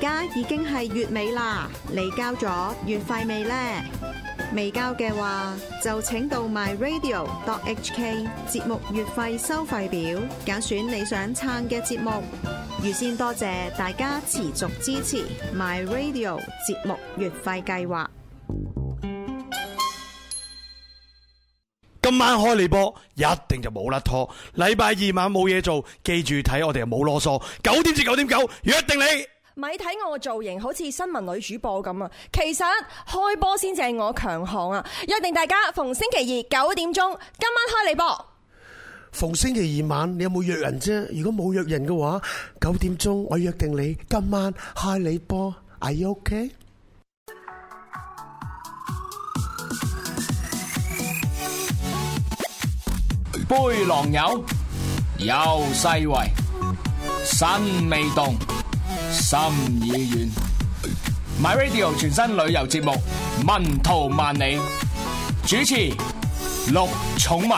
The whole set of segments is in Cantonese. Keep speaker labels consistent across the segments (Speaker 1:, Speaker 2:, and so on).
Speaker 1: 家已經係月尾啦，你交咗月費未呢？未交嘅話，就請到 myradio.hk 節目月費收費表，揀選你想撐嘅節目。預先多謝大家持續支持 myradio 節目月費計劃。
Speaker 2: 今晚開你波，一定就冇甩拖。禮拜二晚冇嘢做，記住睇我哋又冇囉嗦。九點至九點九，約定你。
Speaker 3: 咪睇我造型好似新聞女主播咁啊！其實開波先至係我強項啊！約定大家逢星期二九點鐘，今晚開你波。
Speaker 4: 逢星期二晚，你有冇約人啫？如果冇約人嘅話，九點鐘我約定你今晚開你波，Are you OK？
Speaker 5: 杯狼友有世圍，身未動，心已遠。My Radio 全新旅遊節目《文圖萬里》，主持陸寵文。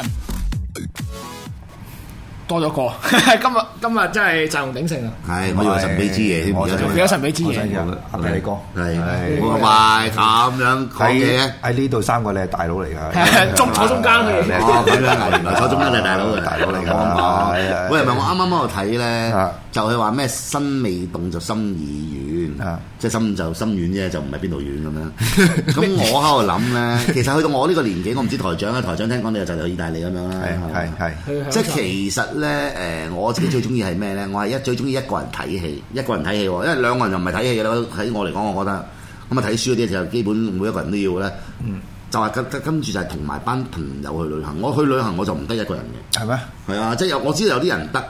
Speaker 5: 多咗個， 今日今日真係陣容鼎盛啊！
Speaker 6: 係，我以為神秘之夜添，
Speaker 7: 我
Speaker 6: 而家仲
Speaker 7: 想
Speaker 5: 變咗神秘之
Speaker 7: 我
Speaker 5: 夜
Speaker 7: 想，有阿皮你哥，
Speaker 6: 係，我咪咁樣講嘢
Speaker 7: 喺
Speaker 6: 咧。
Speaker 7: 喺呢度三個你係大佬嚟
Speaker 5: 係
Speaker 7: 㗎，
Speaker 5: 中 坐中間佢
Speaker 7: 你係
Speaker 6: 哦，咁樣啊，原來初中 一係大佬嘅，
Speaker 7: 大佬嚟㗎
Speaker 6: 哦
Speaker 7: 係啊
Speaker 6: 喂，唔係我啱啱喺度睇咧
Speaker 7: 啊，
Speaker 6: 就係話咩心未動就心已遠
Speaker 7: 啊，
Speaker 6: 即係心就心遠啫，就唔係邊度遠咁 樣。咁我喺度諗咧，其實去到我呢個年紀，我唔知台長啊，台長聽講你又就有意大利咁樣啦，
Speaker 7: 係
Speaker 6: 係
Speaker 7: 係
Speaker 6: 咪
Speaker 7: 係。
Speaker 6: 即係其實咧，誒我自己最中意係咩咧？我係一最中意一個人睇戲，一個人睇戲喎，因為兩個人就唔係睇戲啦。喺我嚟講，我覺得咁啊睇書嗰啲就基本每一個人都要嘅咧。就係跟跟住就係同埋班朋友去旅行。我去旅行我就唔得一個人
Speaker 7: 係咩？
Speaker 6: 嘅，係啊，即係有我知道有啲人得，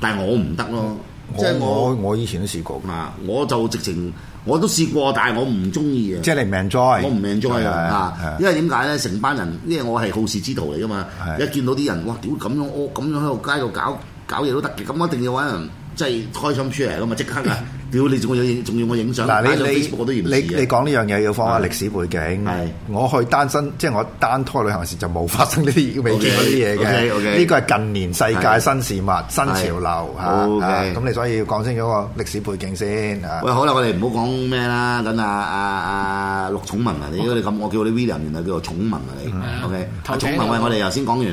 Speaker 6: 但係我唔得咯。即係
Speaker 7: 我我
Speaker 6: 我
Speaker 7: 我以前都試過，
Speaker 6: 啊，我就直情我都試過，但係我唔中意啊。
Speaker 7: 即係你唔 enjoy，
Speaker 6: 我唔 enjoy
Speaker 7: 係
Speaker 6: 啊！
Speaker 7: 係
Speaker 6: 啊，因為點解咧？成班人，因為我係好事之徒嚟噶嘛，
Speaker 7: 係
Speaker 6: 一見到啲人，哇！屌咁樣屙，咁樣喺度街度搞搞嘢都得嘅，咁我一定要揾人即係開心出嚟噶嘛，即刻 啊！屌你仲要影仲要我影相，
Speaker 7: 嗱，
Speaker 6: 擺上 Facebook 我都
Speaker 7: 你你
Speaker 6: 嫌
Speaker 7: 你你
Speaker 6: 棄啊！
Speaker 7: 講呢樣嘢要放下
Speaker 6: 係
Speaker 7: 歷史背
Speaker 6: 係
Speaker 7: 景。我去單身，即係我單拖旅行時就冇發生呢啲未見過呢啲嘢
Speaker 6: OK，OK，OK
Speaker 7: 嘅。呢個係近年世界
Speaker 6: 係
Speaker 7: 新事物、新潮流嚇。
Speaker 6: OK
Speaker 7: 啊咁你所以要講清楚個歷史背景先嚇。
Speaker 6: 喂，好啦，我哋唔好講咩啦，等阿阿阿陸寵文啊，你如果你咁，我叫你 William，原來叫做寵文啊你，OK？阿
Speaker 5: 頭
Speaker 6: 寵
Speaker 5: 頸
Speaker 6: 文，喂，
Speaker 5: 啊
Speaker 6: 我哋頭先講完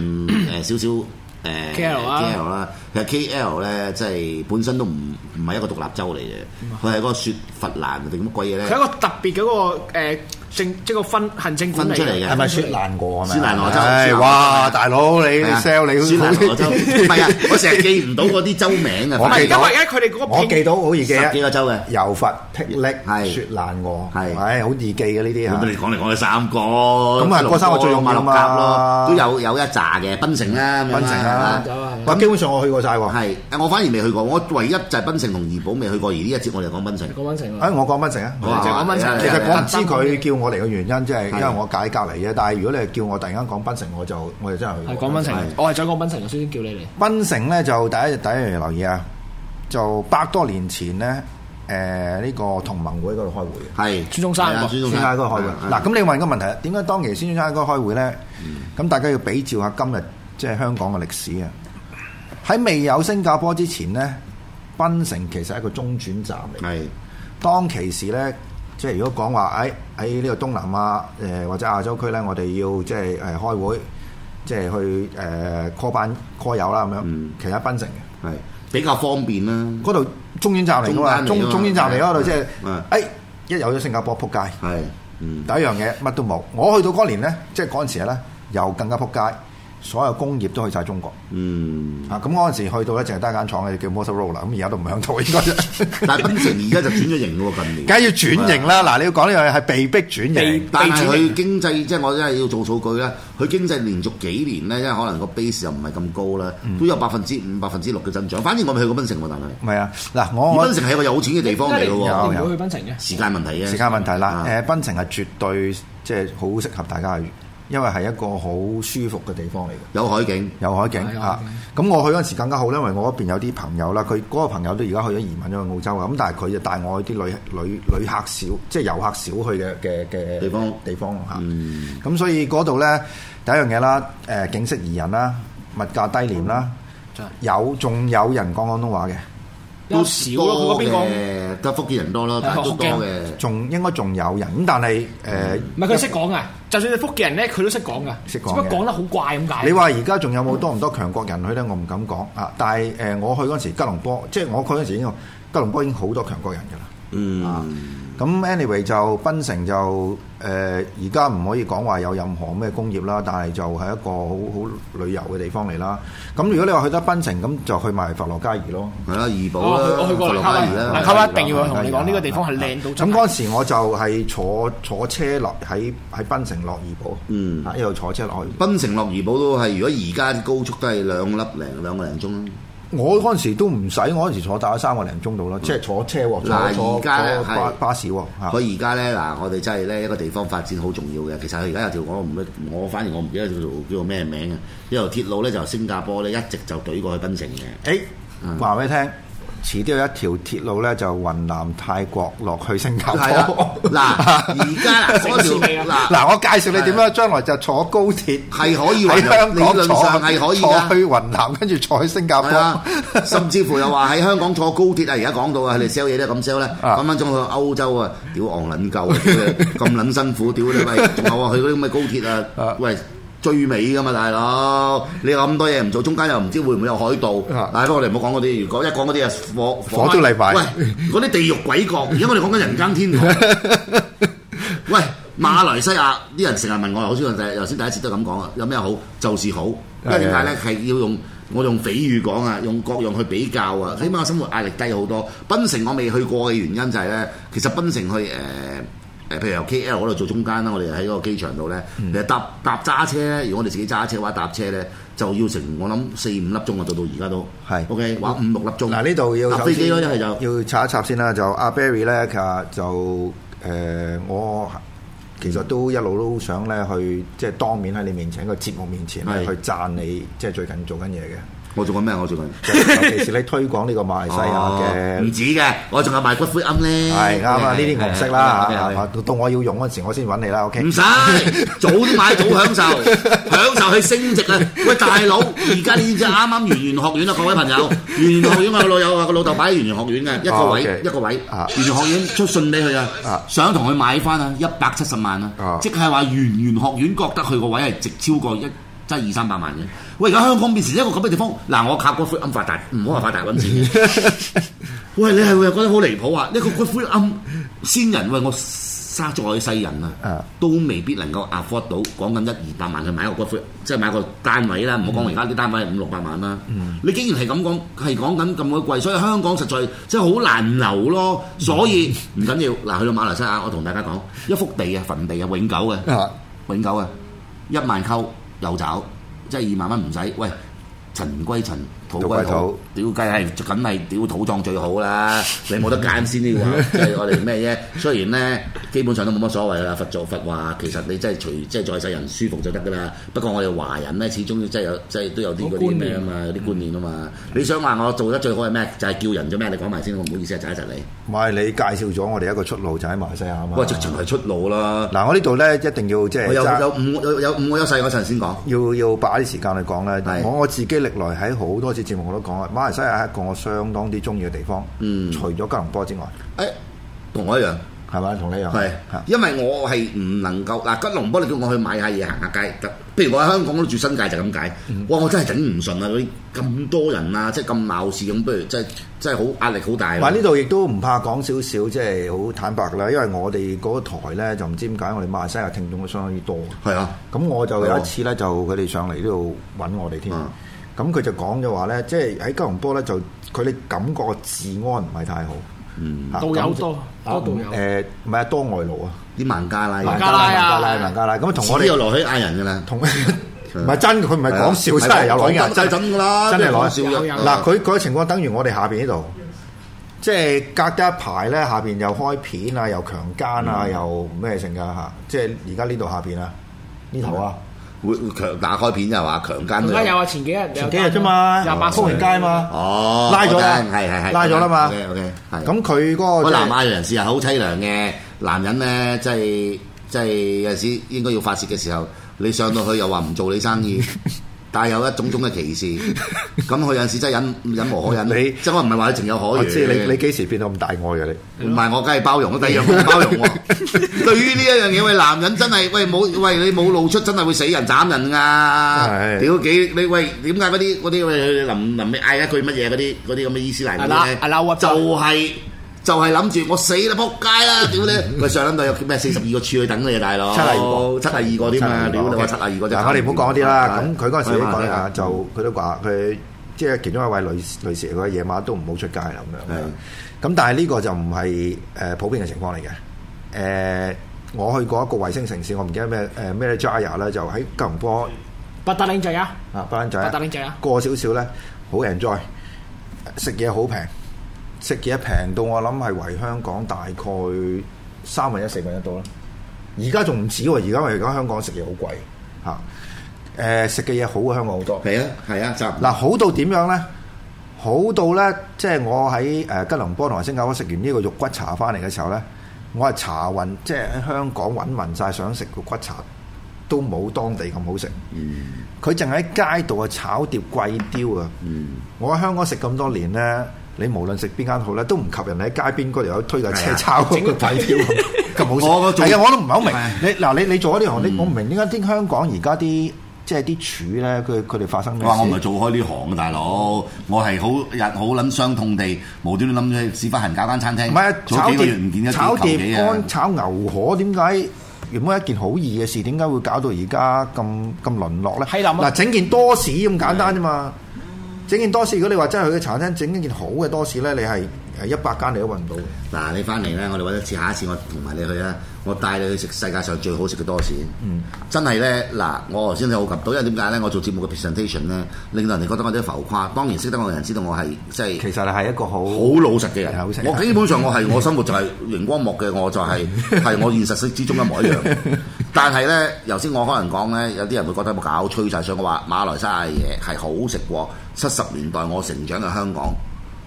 Speaker 6: 誒少少誒
Speaker 5: KL 啊
Speaker 6: KL 啦，其實 KL 咧即係本身都唔唔係一個獨立州嚟嘅，佢係嗰個雪佛蘭定乜鬼嘢咧
Speaker 5: 佢？一個特別嗰個誒政即係個分行政管理
Speaker 6: 分出嚟嘅
Speaker 7: 係咪雪蘭莪啊？
Speaker 6: 雪蘭莪州
Speaker 7: 唉
Speaker 6: 雪蘭莪州
Speaker 7: 哇，大佬你你
Speaker 6: 係啊
Speaker 7: sell 你
Speaker 6: 雪蘭 莪州， 唔係啊，我成日記唔到嗰啲州名啊。
Speaker 7: 我
Speaker 5: 唔係
Speaker 7: 記
Speaker 5: 因為
Speaker 7: 到
Speaker 5: 而家佢哋嗰個
Speaker 7: 我記到好易記啊
Speaker 6: 十！幾個州嘅，
Speaker 7: 柔佛、霹
Speaker 6: 係
Speaker 7: 靂、雪蘭莪，
Speaker 6: 係
Speaker 7: 唉，好易記嘅呢啲
Speaker 6: 我
Speaker 7: 嚇
Speaker 6: 俾。你講嚟講去三個，咁
Speaker 7: 啊嗰三個最重要
Speaker 6: 馬
Speaker 7: 啊
Speaker 6: 六
Speaker 7: 嘛
Speaker 6: 甲咯，都有有一紮嘅，檳城啦，咁樣
Speaker 7: 檳城啦
Speaker 6: 係嘛，
Speaker 7: 咁基本上我去過晒喎。
Speaker 6: 係，啊我反而未去過，我唯一就係檳城同怡保未去過，而呢一節我哋講檳城，
Speaker 5: 個温情
Speaker 7: 啊，我講檳城啊，
Speaker 6: 好啊
Speaker 7: 我哋
Speaker 6: 好啊
Speaker 7: 講
Speaker 6: 係啊
Speaker 7: 其實
Speaker 6: 係啊
Speaker 7: 我唔知佢叫我嚟嘅原因，即係因為
Speaker 6: 係
Speaker 7: 我解隔離嘅。但係如果你係叫我突然間講檳城，我就我就真係去
Speaker 5: 係
Speaker 7: 過
Speaker 5: 講檳城啊哦
Speaker 6: 係，
Speaker 5: 我係想講檳城，我先叫你嚟。
Speaker 7: 檳城咧就第一第一樣嘢留意啊，就百多年前咧，誒呢個同盟會嗰度開會嘅。
Speaker 6: 係
Speaker 5: 孫中山
Speaker 6: 係啊啊
Speaker 5: 喎
Speaker 6: 孫中
Speaker 7: 先生
Speaker 6: 山
Speaker 7: 嗰個開會。嗱，咁你問個問題啦，點解當其先生嗰個開會咧？咁大家要比照下今日即係香港嘅歷史啊！喺未有新加坡之前咧，檳城其實係一個中轉站嚟嘅。
Speaker 6: 係
Speaker 7: 當其時咧，即係如果講話喺喺呢個東南亞誒、或者亞洲區咧，我哋要即係誒開會，即係去誒 call 班 call 友啦咁樣，
Speaker 6: 嗯
Speaker 7: 其實喺檳城嘅
Speaker 6: 係比較方便啦，
Speaker 7: 嗰度中轉站嚟噶嘛，
Speaker 6: 中
Speaker 7: 中
Speaker 6: 間嚟㗎嘛
Speaker 7: 中轉站嚟嗰度即係
Speaker 6: 嗯
Speaker 7: 誒一有咗新加坡撲街，
Speaker 6: 係嗯
Speaker 7: 第一樣嘢乜都冇。我去到嗰年咧，即係嗰陣時咧又更加撲街，所有工業都去晒中國
Speaker 6: 嗯，
Speaker 7: 啊！咁嗰陣時去到咧，淨係得一間廠嘅叫 Motorola，咁而家都唔響 度，應該就
Speaker 6: 但係檳城而家就轉咗型咯喎，近年
Speaker 7: 梗係要轉型啦！
Speaker 6: 啊
Speaker 7: 嗱，你要講呢樣嘢係被逼轉型。
Speaker 6: 但係佢經濟即係我真係要做數據咧，佢經濟連續幾年咧，因為可能個 base 又唔係咁高啦，
Speaker 7: 嗯
Speaker 6: 都有百分之五、百分之六嘅增長。反正我未去過檳城喎，但係
Speaker 7: 唔係啊，嗱，我
Speaker 6: 而
Speaker 7: 我哦
Speaker 6: 檳城係一個有錢嘅地方嚟嘅
Speaker 7: 有
Speaker 6: 喎，
Speaker 5: 你唔會去檳城嘅。
Speaker 6: 時間問題啫。
Speaker 7: 時間問題啦。
Speaker 6: 啊
Speaker 7: 誒，檳城係絕對即係好適合大家去，因為係一個好舒服嘅地方嚟嘅，
Speaker 6: 有海景，
Speaker 7: 有海
Speaker 5: 係
Speaker 7: 景
Speaker 5: 有
Speaker 7: 嚇
Speaker 5: 海。
Speaker 7: 咁我去嗰陣時更加好啦，因為我嗰邊有啲朋友啦，佢嗰個朋友都而家去咗移民咗去澳洲啊。咁但係佢就帶我去啲旅旅旅客少，即係遊客少去嘅嘅嘅
Speaker 6: 地方
Speaker 7: 地方嚇。
Speaker 6: 嗯，
Speaker 7: 咁所以嗰度咧第一樣嘢啦，誒景色宜人啦，物價低廉啦，有仲有人講廣東話嘅。
Speaker 6: 都
Speaker 5: 少咯佢嗰邊講
Speaker 6: 嘅，得福建人多咯，但係都多嘅。
Speaker 7: 仲應該仲有人，咁但係誒，
Speaker 5: 唔係佢識講啊，就算你福建人咧，佢都識講噶，
Speaker 7: 識
Speaker 5: 只
Speaker 7: 講
Speaker 5: 不過
Speaker 7: 嘅
Speaker 5: 講得好怪咁解。
Speaker 7: 你話而家仲有冇多唔多強國人去咧？我唔敢講啊，但係誒、我去嗰陣時，吉隆坡即係我去嗰陣時已經有吉隆坡已經好多強國人㗎啦。啊
Speaker 6: 嗯，
Speaker 7: 咁 anyway 就檳城就誒而家唔可以講話有任何咩工業啦，但係就係一個好好旅遊嘅地方嚟啦。咁如果你話去得檳城，咁就去埋佛羅加爾咯。
Speaker 6: 係啦，怡保
Speaker 5: 我
Speaker 6: 啦，
Speaker 5: 哦去我去過蘭卡威，
Speaker 6: 佛羅
Speaker 5: 蘭
Speaker 6: 加
Speaker 5: 卡
Speaker 6: 爾啦
Speaker 5: 威一定要同你講，呢個地方係靚到
Speaker 7: 啊咁
Speaker 5: 真
Speaker 7: 嗰
Speaker 5: 係。
Speaker 7: 陣時我就係坐坐車落喺喺檳城落怡保，
Speaker 6: 嗯
Speaker 7: 啊一路坐車落去。
Speaker 6: 檳城落怡保都係，如果而家啲高速都係兩粒零兩個零鐘啦。
Speaker 7: 我嗰陣時都唔使，我嗰陣時坐大概三個零鐘度啦，即係坐車喎，
Speaker 6: 嗯嗱
Speaker 7: 坐坐
Speaker 6: 而家咧
Speaker 7: 坐巴
Speaker 6: 係
Speaker 7: 巴士喎。啊嚇
Speaker 6: 佢而家咧嗱，我哋真係咧一個地方發展好重要嘅。其實佢而家有條我唔記得我反而我唔記得叫做叫做咩名啊。有條鐵路咧就由新加坡咧一直就懟過去檳城 嘅。
Speaker 7: 誒，
Speaker 6: 嗯
Speaker 7: 話俾你聽，遲啲有一條鐵路咧，就雲南泰國落去新
Speaker 5: 哦
Speaker 7: 加
Speaker 6: 係啦
Speaker 7: 坡。，
Speaker 6: 嗱而家 嗱嗰
Speaker 5: 啊
Speaker 6: 條嗱
Speaker 7: 嗱，我介紹你點樣，將來就坐高鐵
Speaker 6: 係可以
Speaker 7: 喺
Speaker 6: 雲南
Speaker 7: 香港
Speaker 6: 理論
Speaker 7: 坐
Speaker 6: 上係可以㗎
Speaker 7: 坐去雲南，跟住坐去新加
Speaker 6: 係啊
Speaker 7: 坡。，
Speaker 6: 甚至乎又話喺香港坐高鐵啊！而家講到啊，佢哋 sell 嘢都係咁 sell 咧，
Speaker 7: 啊
Speaker 6: 分分鐘去歐洲啊，屌昂撚鳩啊，屌你咁撚辛苦，屌你喂，仲有啊，去嗰啲咁嘅高鐵啊
Speaker 7: 啊，
Speaker 6: 喂。追尾噶嘛，大佬！你有咁多嘢唔做，中間又唔知會唔會有海盜
Speaker 7: 啊。
Speaker 6: 但係不過我哋唔好講嗰啲，如果一講嗰啲啊，火
Speaker 7: 火都嚟埋
Speaker 6: 喂，嗰啲地獄鬼國，而家我哋講緊人間天堂。喂，馬來西亞啲人成日問我，好似第頭先第一次都係咁講啊，有咩好就是好，因為點解咧係要用我用比喻講啊，用各樣去比較啊，
Speaker 7: 嗯
Speaker 6: 起碼生活壓力低好多。檳城我未去過嘅原因就係、咧，其實檳城去誒誒、呃譬如由 KL 嗰度做中間啦，我哋喺嗰個機場度咧，
Speaker 7: 嗯
Speaker 6: 其實搭搭揸車咧，如果我哋自己揸車或者搭車咧，就要成我諗四五粒鐘啊，到到而家都
Speaker 7: 係
Speaker 6: OK，話五六粒鐘。
Speaker 7: 嗱，呢度要
Speaker 6: 搭
Speaker 7: 首
Speaker 6: 飛機
Speaker 7: 先
Speaker 6: 咯，一係就。
Speaker 7: 要插一插先啦。就阿 Barry 咧，其實就誒我。其實都一路都想咧去，即係當面喺你面前，喺個節目面前咧，
Speaker 6: 係
Speaker 7: 去讚你，即係最近做緊嘢 嘅。
Speaker 6: 我做緊咩？我做緊。
Speaker 7: 尤其是你推廣呢個馬來西亞
Speaker 6: 哦唔
Speaker 7: 嘅。
Speaker 6: 止嘅，我仲有賣骨灰庵咧。
Speaker 7: 係啱啊！呢啲我唔識啦
Speaker 6: 係
Speaker 7: 嚇，
Speaker 6: 係係
Speaker 7: 啊到到我要用嗰陣時，我先揾你啦。OK，
Speaker 6: 唔使，早啲買早享 受，享受去升值啊！喂，大佬，而家呢只啱啱圓圓學院啊，各位朋友，圓 圓學院我有老友啊，個老豆擺喺圓圓學院嘅，一個
Speaker 7: 哦
Speaker 6: 位
Speaker 7: ，OK
Speaker 6: 一個位，
Speaker 7: 啊
Speaker 6: 圓圓學院出信俾佢啊
Speaker 7: 啊，
Speaker 6: 想同佢買翻啊，一百七十萬啊
Speaker 7: 啊，
Speaker 6: 即係話圓圓學院覺得佢個位係值超過一。即係二三百萬嘅，喂！而家香港變成一個咁嘅地方，嗱，我靠骨灰庵發達，唔好話發達揾錢。 喂，你係會覺得好離譜啊！一個骨灰庵先人，喂，我沙在世人啊
Speaker 7: 啊，
Speaker 6: 都未必能夠 afford 到，講緊一二百萬去買一個骨灰，即係買個單位啦。唔好講而家啲單位係五六百萬啦。你竟然係咁講，係講緊咁鬼貴，所以香港實在即係好難留咯。所以唔緊要，嗱，去到馬來西亞，我同大家講，一幅地啊，墳地啊，永久嘅。
Speaker 7: 啊
Speaker 6: 永久啊，一萬溝有找，即係二萬蚊唔使。喂，塵歸塵，土歸土，屌梗係梗係屌土葬最好啦，你冇得揀先呢個，即係我哋咩啫？雖然咧基本上都冇乜所謂啦，佛祖佛話其實你真係隨即係在世人舒服就得㗎啦。不過我哋華人咧始終真係有即係都有啲嗰啲咩啊嘛，有啲觀念啊嘛。你想話我做得最好係咩？就係叫人啫咩？你講埋先，我唔好意思啊，窒一窒你。
Speaker 7: 唔係你介紹咗我哋一個出路就喺馬來西亞啊嘛。
Speaker 6: 喂，直情係出路啦！
Speaker 7: 嗱，我呢度咧一定要即
Speaker 6: 我有
Speaker 7: 係
Speaker 6: 有五有有五個優勢嗰陣先講。
Speaker 7: 要要把啲時間去講
Speaker 6: 係
Speaker 7: 咧。我我自己歷來喺好多次節目我都講啊，馬來西亞係一個我相當之中意嘅地方，
Speaker 6: 嗯
Speaker 7: 除咗吉隆坡之外，
Speaker 6: 誒，同我一樣。
Speaker 7: 係咪同你一樣？
Speaker 6: 係
Speaker 7: 嚇，
Speaker 6: 因為我係唔能夠嗱，吉隆坡你叫我去買下嘢行下街得，譬如我喺香港都住新界就咁解，哇！我真係頂唔順啊！嗰啲咁多人啊，即係咁鬧事咁，不如真係真係好壓力好大啊。
Speaker 7: 嗱呢度亦都唔怕講少少，即係好坦白啦。因為我哋嗰個台咧就唔知點解我哋馬來西亞聽眾都相當之多。
Speaker 6: 係啊，
Speaker 7: 咁我就有一次咧，就佢哋上嚟呢度揾我哋添
Speaker 6: 嗯。
Speaker 7: 咁佢就講嘅話咧，即係喺吉隆坡咧，就佢哋感覺個治安唔係太好。
Speaker 6: 嗯，
Speaker 7: 嚇
Speaker 5: 導遊多
Speaker 7: 咁
Speaker 5: 多導遊
Speaker 7: 啊誒唔係啊多外勞啊，
Speaker 6: 啲孟加拉
Speaker 5: 孟加拉啊
Speaker 7: 孟加拉，孟加拉。咁同
Speaker 6: 我
Speaker 7: 我
Speaker 6: 哋又
Speaker 7: 哋
Speaker 6: 落去嗌人㗎啦，
Speaker 7: 同唔係真，佢唔係講笑，
Speaker 6: 係
Speaker 7: 真
Speaker 6: 啊
Speaker 7: 係有
Speaker 6: 講
Speaker 7: 女
Speaker 6: 真
Speaker 7: 人，
Speaker 6: 就係咁㗎啦，
Speaker 7: 真係攞
Speaker 6: 真係講笑
Speaker 5: 有
Speaker 6: 嘅
Speaker 7: 嗱，佢佢嘅情況等於我哋下邊呢度，即係隔咗一排咧，下邊又開片啊，又強姦啊，
Speaker 6: 嗯
Speaker 7: 又咩成㗎嚇，即係而家呢度下邊啊，呢頭啊，
Speaker 5: 嗯
Speaker 6: 會會強打開片就話強姦
Speaker 5: 而
Speaker 6: 都
Speaker 5: 家有
Speaker 6: 有
Speaker 5: 啊，前幾日
Speaker 7: 前幾日啫嘛，
Speaker 5: 廿八
Speaker 7: 高
Speaker 5: 歲
Speaker 7: 榮街嘛，
Speaker 6: 哦，
Speaker 7: 拉咗啦
Speaker 6: 我聽係係係
Speaker 7: 拉咗啦嘛
Speaker 6: ，OK OK，係。
Speaker 7: 咁佢嗰
Speaker 6: 我
Speaker 7: 個哦即
Speaker 6: 南
Speaker 7: 係
Speaker 6: 亞人士係好凄涼嘅，男人咧即 係即係有時應該要發泄嘅時候，你上到去又話唔做你生意，帶有一種種嘅歧視。咁佢有陣時真係忍忍無可忍，
Speaker 7: 你
Speaker 6: 即係我唔係話你情有可
Speaker 7: 我
Speaker 6: 原。
Speaker 7: 知你你幾時變到咁大愛嘅你？
Speaker 6: 唔係，我梗係包容，第二樣我包容 喎。對於呢一樣嘢，喂，男人真係喂冇喂你冇露出，真係會死人斬人㗎。
Speaker 7: 係
Speaker 6: 屌幾你喂點解嗰啲嗰啲喂臨臨尾嗌一句乜嘢嗰啲嗰啲咁嘅伊斯蘭嗰啲咧
Speaker 5: 係啦係啦屈
Speaker 6: 就
Speaker 5: 就
Speaker 6: 係、就係諗住我死啦仆街 啦，屌你！喂上諗到有咩四十二個處去等你啊，大佬
Speaker 7: 七廿二個
Speaker 6: 七廿二個添啊！屌你話七廿二個啫
Speaker 7: 嗱，我哋唔好講嗰啲啦。咁佢嗰陣時都
Speaker 6: 係
Speaker 7: 講
Speaker 6: 係
Speaker 7: 啊，
Speaker 6: 係
Speaker 7: 就佢都話佢即係其中一位女女士，佢夜晚都唔好出街啦咁樣。咁但係呢個就唔係誒普遍嘅情況嚟嘅。誒、我去過一個衛星城市，我唔記得咩誒咩 Jaya 咧，就喺吉隆坡
Speaker 5: 不得領罪啊！
Speaker 7: 啊，巴蘭仔
Speaker 5: 巴蘭仔啊
Speaker 7: 過少少咧，好 enjoy，食嘢好平，食嘢平到我諗係為香港大概三分一四分一到啦。而家仲唔止喎，而家而家香港食嘢好貴嚇，誒、食嘅嘢好過香港好多。
Speaker 6: 係啊係啊，就
Speaker 7: 嗱，好到點樣咧？好到咧，即係我喺誒吉隆坡同埋新加坡食完呢個肉骨茶翻嚟嘅時候咧，我係茶運，即係喺香港揾勻晒想食個骨茶，都冇當地咁好食。
Speaker 6: 嗯
Speaker 7: 佢淨喺街度啊炒碟貴雕啊！
Speaker 6: 嗯
Speaker 7: 我喺香港食咁多年咧，你無論食邊間好咧，都唔及人哋喺街邊嗰條友推架車
Speaker 6: 係啊
Speaker 7: 炒嗰個貴 雕咁好食。
Speaker 6: 我我做
Speaker 7: 係啊，我都唔係好明
Speaker 6: 係。嗯
Speaker 7: 你嗱，你你做咗呢行，你我唔明點解啲香港而家啲即係啲廚咧，佢佢哋發生咩事？
Speaker 6: 哇！我唔係做開呢行嘅大佬，我係好日好撚傷痛地無端端諗起屎忽痕搞間餐廳，
Speaker 7: 唔係啊
Speaker 6: 做
Speaker 7: 炒
Speaker 6: 幾個月
Speaker 7: 碟
Speaker 6: 唔見一
Speaker 7: 炒
Speaker 6: 啲球幾
Speaker 7: 碟
Speaker 6: 啊
Speaker 7: 乾！炒牛河，點解原本一件好易嘅事，點解會搞到而家咁咁淪落咧？
Speaker 5: 係
Speaker 6: 啊
Speaker 5: 啦
Speaker 7: 嗱，整件多士咁簡單啫嘛。整件多士，如果你話真係去嘅茶餐廳整一件好嘅多士咧，你係誒一百間你都揾唔到嘅。
Speaker 6: 嗱，你翻嚟咧，我哋揾一次，下一次我同埋你去啦，我帶你去食世界上最好食嘅多士。嗯，真係咧，嗱，我頭先你好及到，因為點解咧？我做節目嘅 presentation 咧，令到人哋覺得我啲浮誇。當然識得我嘅人知道我係即係。
Speaker 7: 其實係一個好
Speaker 6: 好老實嘅人
Speaker 7: 係啊好食，
Speaker 6: 我基本上我係我生活就係熒光幕嘅，我就 係係我現實式之中一模一樣。但係咧，頭先我可能講咧，有啲人會覺得有冇搞吹晒，所以我話馬來西亞嘅嘢係好食過七十年代我成長嘅香港。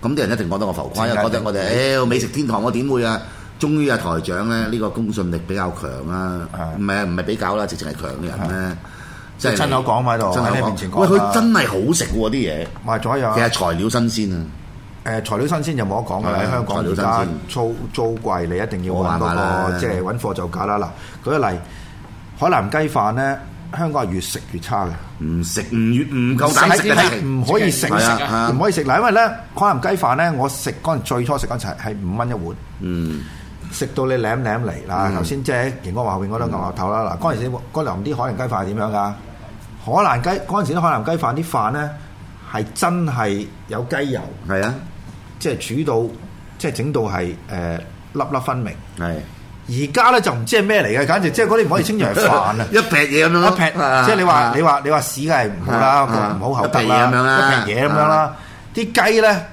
Speaker 6: 咁啲人一定覺得我浮誇，因為覺得我哋哎誒美食天堂，我點會啊？終於啊，台長咧呢、呢個公信力比較強啦，
Speaker 7: 係
Speaker 6: 唔係唔係比較啦，直情係強嘅人咧，即係
Speaker 7: 啊親口講嘛喺度
Speaker 6: 真
Speaker 7: 喺
Speaker 6: 係
Speaker 7: 你
Speaker 6: 口
Speaker 7: 面前講
Speaker 6: 喂，
Speaker 7: 啦
Speaker 6: 佢真係好食喎啲嘢，
Speaker 7: 賣咗有
Speaker 6: 其實材料新鮮啊。
Speaker 7: 誒材料新鮮就冇得講㗎啦，
Speaker 6: 係啊
Speaker 7: 喺香港
Speaker 6: 材
Speaker 7: 而
Speaker 6: 料
Speaker 7: 家
Speaker 6: 新鮮
Speaker 7: 租租貴，你一定要揾
Speaker 6: 冇辦法
Speaker 7: 嗰個
Speaker 6: 啦
Speaker 7: 即係揾貨就價啦。嗱，舉個例，海南雞飯咧，香港係越食越差嘅。
Speaker 6: 唔食唔唔夠膽食嘅
Speaker 7: 係
Speaker 6: 係
Speaker 7: 唔可以食，
Speaker 6: 係啊係啊
Speaker 7: 唔可以食嗱，因為咧海南雞飯咧，我食嗰陣最初食嗰陣係係五蚊一碗，
Speaker 6: 嗯
Speaker 7: 食到你舐舐嚟嗱。頭先即係熒光華後邊嗰度牛牛頭啦，嗱嗰
Speaker 6: 嗯
Speaker 7: 陣時嗰陣啲海南雞飯係點樣㗎？海南雞嗰陣時啲海南雞飯啲飯咧係真係有雞油，
Speaker 6: 係啊
Speaker 7: 即係煮到即係整到係誒粒粒分明。
Speaker 6: 係！
Speaker 7: 而家咧就唔知係咩嚟嘅，簡直即係嗰啲唔可以稱之為飯啊
Speaker 6: 一劈嘢咁樣咯
Speaker 7: 一劈，
Speaker 6: 啊
Speaker 7: 即係你
Speaker 6: 啊
Speaker 7: 話你話你話屎梗係唔好啦，
Speaker 6: 啊
Speaker 7: 唔好口德啦，
Speaker 6: 一劈嘢咁樣啦
Speaker 7: 一劈嘢咁樣啦。啲雞咧，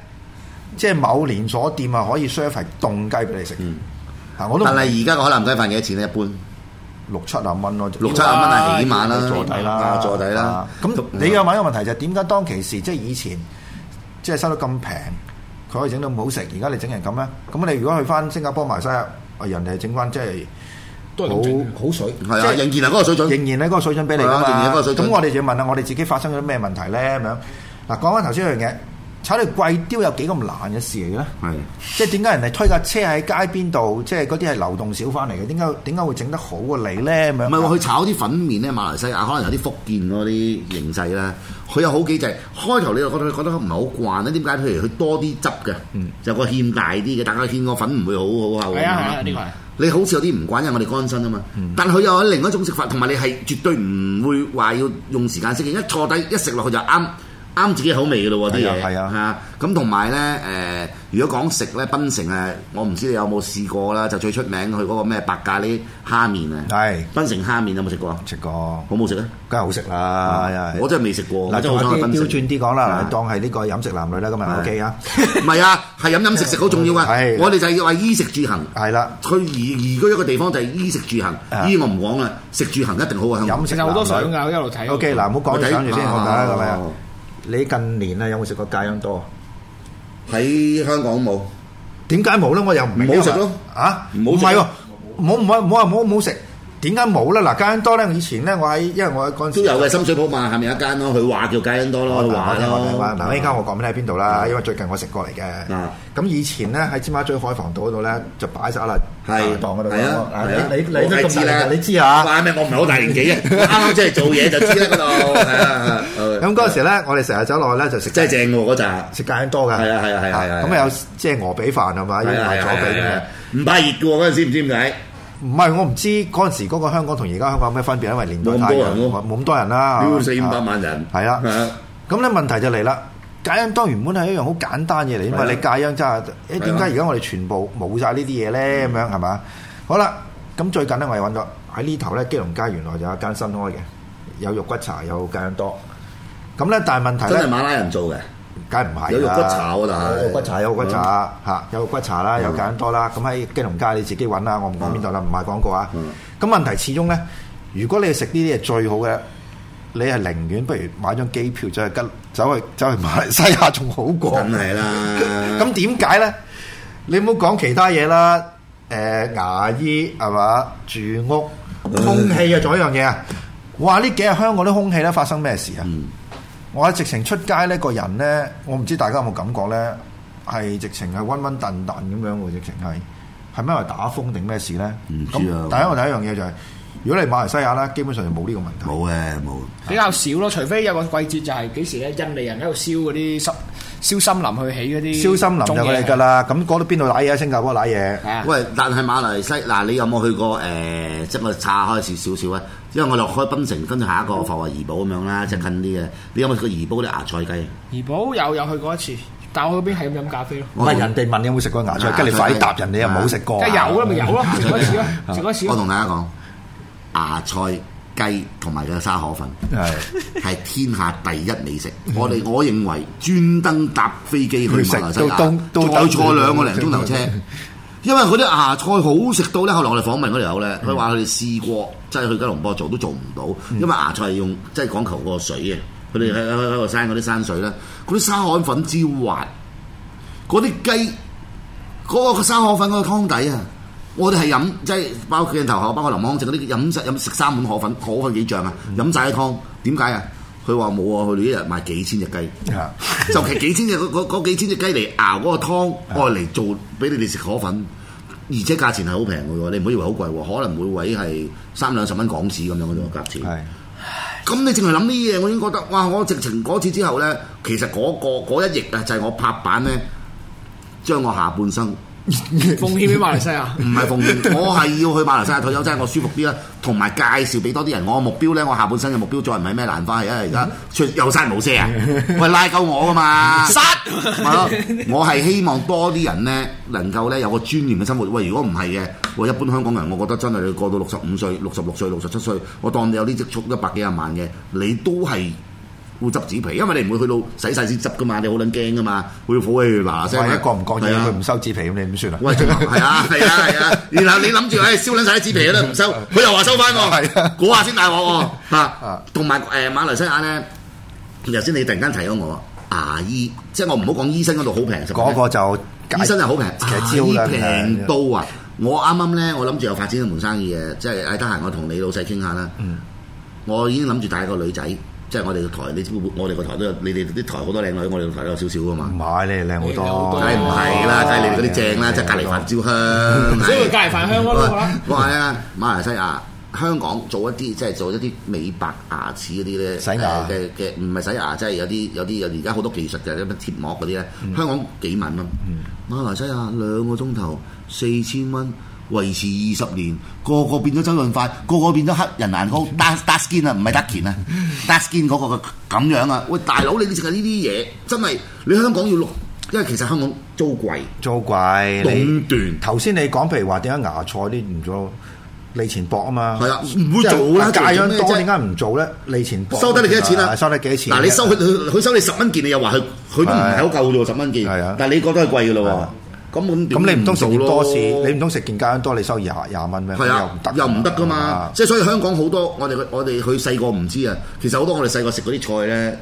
Speaker 7: 即係某連鎖店啊，可以 serve 係凍雞俾你食。嗱，我都
Speaker 6: 但係而家個海南雞飯幾多錢咧？一般
Speaker 7: 六七啊蚊咯，
Speaker 6: 六七十蚊係起碼啦，
Speaker 7: 坐底啦
Speaker 6: 啊，坐底啦
Speaker 7: 啊。咁你又問一個問題就係點解當其時即係以前即係收得咁平，佢可以整到咁好食，而家你整成咁咧？咁你如果去翻新加坡、馬來西亞，啊人哋係整翻即係
Speaker 5: 都係
Speaker 7: 好
Speaker 5: 咁整嘅
Speaker 7: 好水，
Speaker 6: 係啊，
Speaker 7: 即係
Speaker 6: 仍然係嗰個水準。
Speaker 7: 仍然咧嗰個水準俾你㗎
Speaker 6: 係啊仍然
Speaker 7: 嘛。
Speaker 6: 係嗰個水準
Speaker 7: 咁我哋就要問下我哋自己發生咗啲咩問題咧咁樣。嗱，講翻頭先一樣嘢，炒到貴雕有幾咁難嘅事嚟嘅咧？
Speaker 6: 係
Speaker 7: 即係點解人哋推架車喺街邊度，即係嗰啲係流動小翻嚟嘅？點解點解會整得好過你咧？咁樣
Speaker 6: 唔係喎，佢炒啲粉面咧，馬來西亞可能有啲福建嗰啲形勢啦，佢有好幾隻。開頭你又覺得覺得唔係好慣咧，點解？譬如佢多啲汁嘅，就個芡大啲嘅，但係佢芡個粉唔會好好厚㗎
Speaker 5: 係
Speaker 6: 嘛
Speaker 5: 啊係啊，呢個係。
Speaker 6: 你好似有啲唔慣，因為我哋乾身啊嘛。
Speaker 7: 嗯
Speaker 6: 但佢又有另一種食法，同埋你係絕對唔會話要用時間適應，一坐低一食落去就啱啱自己口味嘅咯喎啲
Speaker 7: 係啊
Speaker 6: 嘢。
Speaker 7: 係啊
Speaker 6: 嚇咁同埋咧誒，如果講食咧，檳城誒，我唔知你有冇試過啦，就最出名佢嗰個咩白咖喱蝦麵啊。
Speaker 7: 係
Speaker 6: 檳城蝦麵有冇食過啊？
Speaker 7: 食過，
Speaker 6: 好唔好食咧？
Speaker 7: 梗啊係好食啦。
Speaker 6: 我真係未食過，我
Speaker 7: 嗱，
Speaker 6: 真
Speaker 7: 仲
Speaker 6: 係好想去
Speaker 7: 有啲
Speaker 6: 檳
Speaker 7: 刁
Speaker 6: 城。
Speaker 7: 轉啲講啦，
Speaker 6: 啊
Speaker 7: 嗱，當係呢個飲食男女啦，今日 OK 啊，
Speaker 6: 唔係啊，係飲飲食食好重要啊
Speaker 7: 係！
Speaker 6: 我哋就係要話衣食住行。
Speaker 7: 係啦，
Speaker 6: 佢移移居一個地方就係衣食住
Speaker 7: 啊
Speaker 6: 行，衣我唔講啦，食住行一定好過香港
Speaker 7: 飲。食
Speaker 5: 其實好多
Speaker 7: 男
Speaker 5: 相
Speaker 7: 女
Speaker 5: 㗎，我一路睇。
Speaker 7: OK，嗱，唔好講
Speaker 6: 我睇
Speaker 7: 相住先，
Speaker 6: 啊
Speaker 7: 我睇下咁樣
Speaker 6: 哦。
Speaker 7: 你近年啊有冇食過芥香多？
Speaker 6: 喺香港冇，
Speaker 7: 點解冇咧？我又唔明
Speaker 6: 唔好食咯
Speaker 7: 啊！
Speaker 6: 唔好
Speaker 7: 唔
Speaker 6: 食
Speaker 7: 係喎
Speaker 6: 咯，
Speaker 7: 唔好唔好唔好話唔好唔好食。點解冇咧？嗱，加恩多咧，以前咧，我喺因為我喺嗰
Speaker 6: 都
Speaker 7: 陣時
Speaker 6: 有嘅深水埗嘛，下面有一間咯，佢話叫戒恩多
Speaker 7: 哦
Speaker 6: 咯，佢話咯。
Speaker 7: 嗱，呢間我講俾你聽邊度啦，因為最近我食過嚟嘅
Speaker 6: 啊。
Speaker 7: 咁以前咧喺尖沙咀海防道嗰度咧，就擺晒啦，
Speaker 6: 係
Speaker 7: 檔嗰度。
Speaker 6: 係啊，係啊
Speaker 7: 你你你
Speaker 6: 我
Speaker 7: 都
Speaker 6: 梗係
Speaker 7: 咁
Speaker 6: 知
Speaker 7: 大
Speaker 6: 啦，
Speaker 7: 力㗎你知啊？
Speaker 6: 話咩？我唔係好大年紀啊，啱啱即係做嘢就知啦嗰度。係啊，
Speaker 7: 咁嗰陣時咧，我哋成日走落去咧就食
Speaker 6: 真係正喎嗰扎，
Speaker 7: 食間多㗎。
Speaker 6: 係啊係啊係啊係啊
Speaker 7: 咁啊有即係鵝髀飯係嘛，要
Speaker 6: 係啊
Speaker 7: 埋
Speaker 6: 係
Speaker 7: 左
Speaker 6: 啊
Speaker 7: 髀
Speaker 6: 係
Speaker 7: 咁
Speaker 6: 啊
Speaker 7: 樣。
Speaker 6: 唔怕熱嘅喎嗰陣時，唔知點解。
Speaker 7: 唔係，我唔知嗰陣時嗰個香港同而家香港有咩分別，因為年代
Speaker 6: 冇咁
Speaker 7: 太
Speaker 6: 多
Speaker 7: 遠
Speaker 6: 人喎
Speaker 7: 冇咁多人啦，
Speaker 6: 要
Speaker 7: 啊
Speaker 6: 四五百萬人。
Speaker 7: 係啦
Speaker 6: 啊，
Speaker 7: 咁咧問題就嚟啦。戒恩當原本係一樣好簡單嘢嚟，因
Speaker 6: 係啊嗯
Speaker 7: 為你戒恩真係，誒點解而家我哋全部冇晒呢啲嘢咧？咁樣係嘛？好啦，咁最近咧我哋揾咗喺呢頭咧，基隆街原來有一間新開嘅，有肉骨茶，有戒恩多。咁咧，但係問題
Speaker 6: 真係
Speaker 7: 咧，
Speaker 6: 馬拉人做嘅。
Speaker 7: 梗係唔係啦
Speaker 6: 有肉骨茶喎但係嗯
Speaker 7: 有肉骨茶，有肉骨茶嚇，有肉骨茶啦，有戒恩多啦。咁喺基隆街你自己揾啦，我唔講邊度啦，唔賣廣告啊
Speaker 6: 嗯。
Speaker 7: 咁問題始終咧，如果你食呢啲嘢最好嘅。你係寧願不如買張機票走去吉走去走去馬來西亞仲好過。
Speaker 6: 梗係啦。
Speaker 7: 哦咁點解咧？你唔好講其他嘢啦，誒、牙醫係嘛，住屋、
Speaker 6: 嗯
Speaker 7: 空氣啊，仲有一樣嘢啊！哇！呢幾日香港啲空氣咧發生咩事啊？
Speaker 6: 嗯
Speaker 7: 我喺直情出街呢個人咧，我唔知大家有冇感覺咧，係直情係温温頓頓咁樣喎，直情係係咩為打風定咩事咧？
Speaker 6: 唔知
Speaker 7: 咁
Speaker 6: 啊
Speaker 7: 第一我第一樣嘢就係、如果你馬來西亞啦，基本上就冇呢個問題。
Speaker 6: 冇嘅冇。
Speaker 5: 比較少咯，除非有個季節就係幾時咧，印尼人喺度燒嗰啲森燒森林去起嗰
Speaker 7: 燒
Speaker 5: 啲
Speaker 7: 森林就佢哋㗎啦，咁嗰度邊度攋嘢啊？新加坡攋嘢，
Speaker 5: 係啊，
Speaker 6: 喂，但係馬來西嗱，你有冇去過誒、呃即係我岔開少少少啊，因為我落開檳城，跟住下一個浮華怡寶咁樣
Speaker 7: 嗯
Speaker 6: 啦，即係近啲嘅。你有冇去過怡寶嗰啲芽菜雞？
Speaker 5: 怡寶有有去過一次，但我嗰邊係咁飲咖啡咯，
Speaker 7: 唔係人哋問你有冇食過芽菜，
Speaker 6: 芽菜
Speaker 7: 跟住你快啲答人，你又冇食過。
Speaker 5: 梗係有啦，咪有咯，食嗰 次咯，食嗰次
Speaker 6: 我
Speaker 5: 咯，
Speaker 6: 同大家講，芽菜雞同埋佢嘅沙河粉
Speaker 7: 係
Speaker 6: 係天下第一美食。我哋我認為專登搭飛機去馬來西
Speaker 7: 去食都
Speaker 6: 亞，
Speaker 7: 都
Speaker 6: 再
Speaker 7: 都
Speaker 6: 坐兩個零鐘頭車。因為嗰啲芽菜好食到咧，後來我哋訪問嗰條友咧，
Speaker 7: 嗯
Speaker 6: 佢話佢哋試過，即係去吉隆坡做都做唔到，因為芽菜係用即係講求個水嘅，佢哋喺喺喺個山嗰啲山水咧，嗰啲沙海粉之滑，嗰啲雞嗰個生河粉嗰個湯底啊，我哋係飲即係包括鏡頭後，包括林康正嗰啲飲食飲食三碗河粉，河粉幾醬啊，飲晒啲湯，點解啊？佢話冇啊，佢哋一日賣幾千隻雞，
Speaker 7: 啊
Speaker 6: 就其幾千隻嗰嗰嗰幾千隻雞嚟熬嗰個湯，愛嚟做俾你哋食河粉，而且價錢係好平嘅喎，你唔好以為好貴喎，可能每位係三兩十蚊港紙咁樣嗰種價錢。
Speaker 7: 係
Speaker 6: 咁你淨係諗呢啲嘢，我已經覺得哇！我直情嗰次之後呢，其實嗰、個嗰一役啊，就係我拍板呢，將我下半生
Speaker 5: 奉獻俾馬來西亞。
Speaker 6: 唔係奉獻，我係要去馬來西亞退休，真係我舒服啲啦，同埋介紹俾多啲人。我嘅目標呢，我下半生嘅目標再唔係咩蘭花，係因為而家出又殺無赦啊！ 喂，拉鳩我噶嘛！殺係咯，我係希望多啲人呢，能夠呢有個尊嚴嘅生活。喂，如果唔係嘅，喂，一般香港人，我覺得真係你過到六十五歲、六十六歲、六十七歲，我當你有啲積蓄一百幾廿萬嘅，你都係。會執紙皮，因為你唔會去到洗晒先執噶嘛，你好撚驚噶嘛，會好嗱嗱聲。
Speaker 7: 萬一個唔覺意
Speaker 6: 係啊
Speaker 7: 佢唔收紙皮咁，你點算啊？
Speaker 6: 喂，仲有係啊，係啊，係啊，然後你諗住，唉，燒撚晒啲紙皮啦，唔 收，佢又話收翻喎，
Speaker 7: 係啊
Speaker 6: 嗰下先大鑊 喎，嚇
Speaker 7: 啊，
Speaker 6: 同埋誒馬來西亞咧，頭先你突然間提咗我牙醫，即係我唔好講醫生嗰度好平，十
Speaker 7: 嗰個就
Speaker 6: 醫生係好平，
Speaker 7: 其實招
Speaker 6: 牙
Speaker 7: 啦
Speaker 6: 醫平
Speaker 7: 咁樣
Speaker 6: 到啊！我啱啱咧，我諗住有發展一門生意嘅，即係哎唉，得閒我同你老細傾下啦。
Speaker 7: 嗯
Speaker 6: 我已經諗住帶個女仔，即係我哋個台，你知唔知我哋個台都有，你哋啲台好多靚女，我哋個台都有少少噶嘛
Speaker 7: 唔。係你哋靚好多，
Speaker 6: 梗係唔係啦，梗係你哋嗰啲正啦，即係隔離飯焦香。
Speaker 5: 所以佢隔離飯香嗰度啦。
Speaker 6: 我係啊，馬來西亞、香港做一啲即係做一啲美白牙齒嗰啲咧，
Speaker 7: 洗牙
Speaker 6: 誒嘅嘅，唔係洗牙，即係有啲有啲有而家好多技術嘅，有啲貼膜嗰啲咧，香港幾萬蚊，馬來西亞兩個鐘頭四千蚊。維持二十年，個個變咗周潤發，個個變咗黑人牙膏 dark dark skin 啊，唔係 dark 鉗啊，dark skin 嗰個咁樣啊！喂，大佬你食緊呢啲嘢，真係你香港要六，因為其實香港租貴，
Speaker 7: 租貴
Speaker 6: 壟斷
Speaker 7: 你頭先你講譬如話點解芽菜啲唔做利錢博啊嘛？
Speaker 6: 係啊唔會做啦
Speaker 7: 即
Speaker 6: 做做
Speaker 7: 係
Speaker 6: 咩
Speaker 7: 戒恩
Speaker 6: 啫
Speaker 7: 多點解唔做咧？利錢博
Speaker 6: 收得你幾多錢啊？
Speaker 7: 收得幾多錢啫？
Speaker 6: 嗱，你收佢佢佢收你十蚊件，你又話佢佢都唔係好夠啫喎，十蚊件。
Speaker 7: 係啊啊
Speaker 6: 但係你覺得佢貴嘅咯喎。咁咁
Speaker 7: 咁你唔通食
Speaker 6: 做
Speaker 7: 件多
Speaker 6: 咯
Speaker 7: 士？你唔通食件戒恩多你收廿廿蚊咩？
Speaker 6: 係啊，又唔得噶嘛
Speaker 7: 啊。
Speaker 6: 即係所以香港好多我哋我哋佢細個唔知啊。其實好多我哋細個食嗰啲菜咧，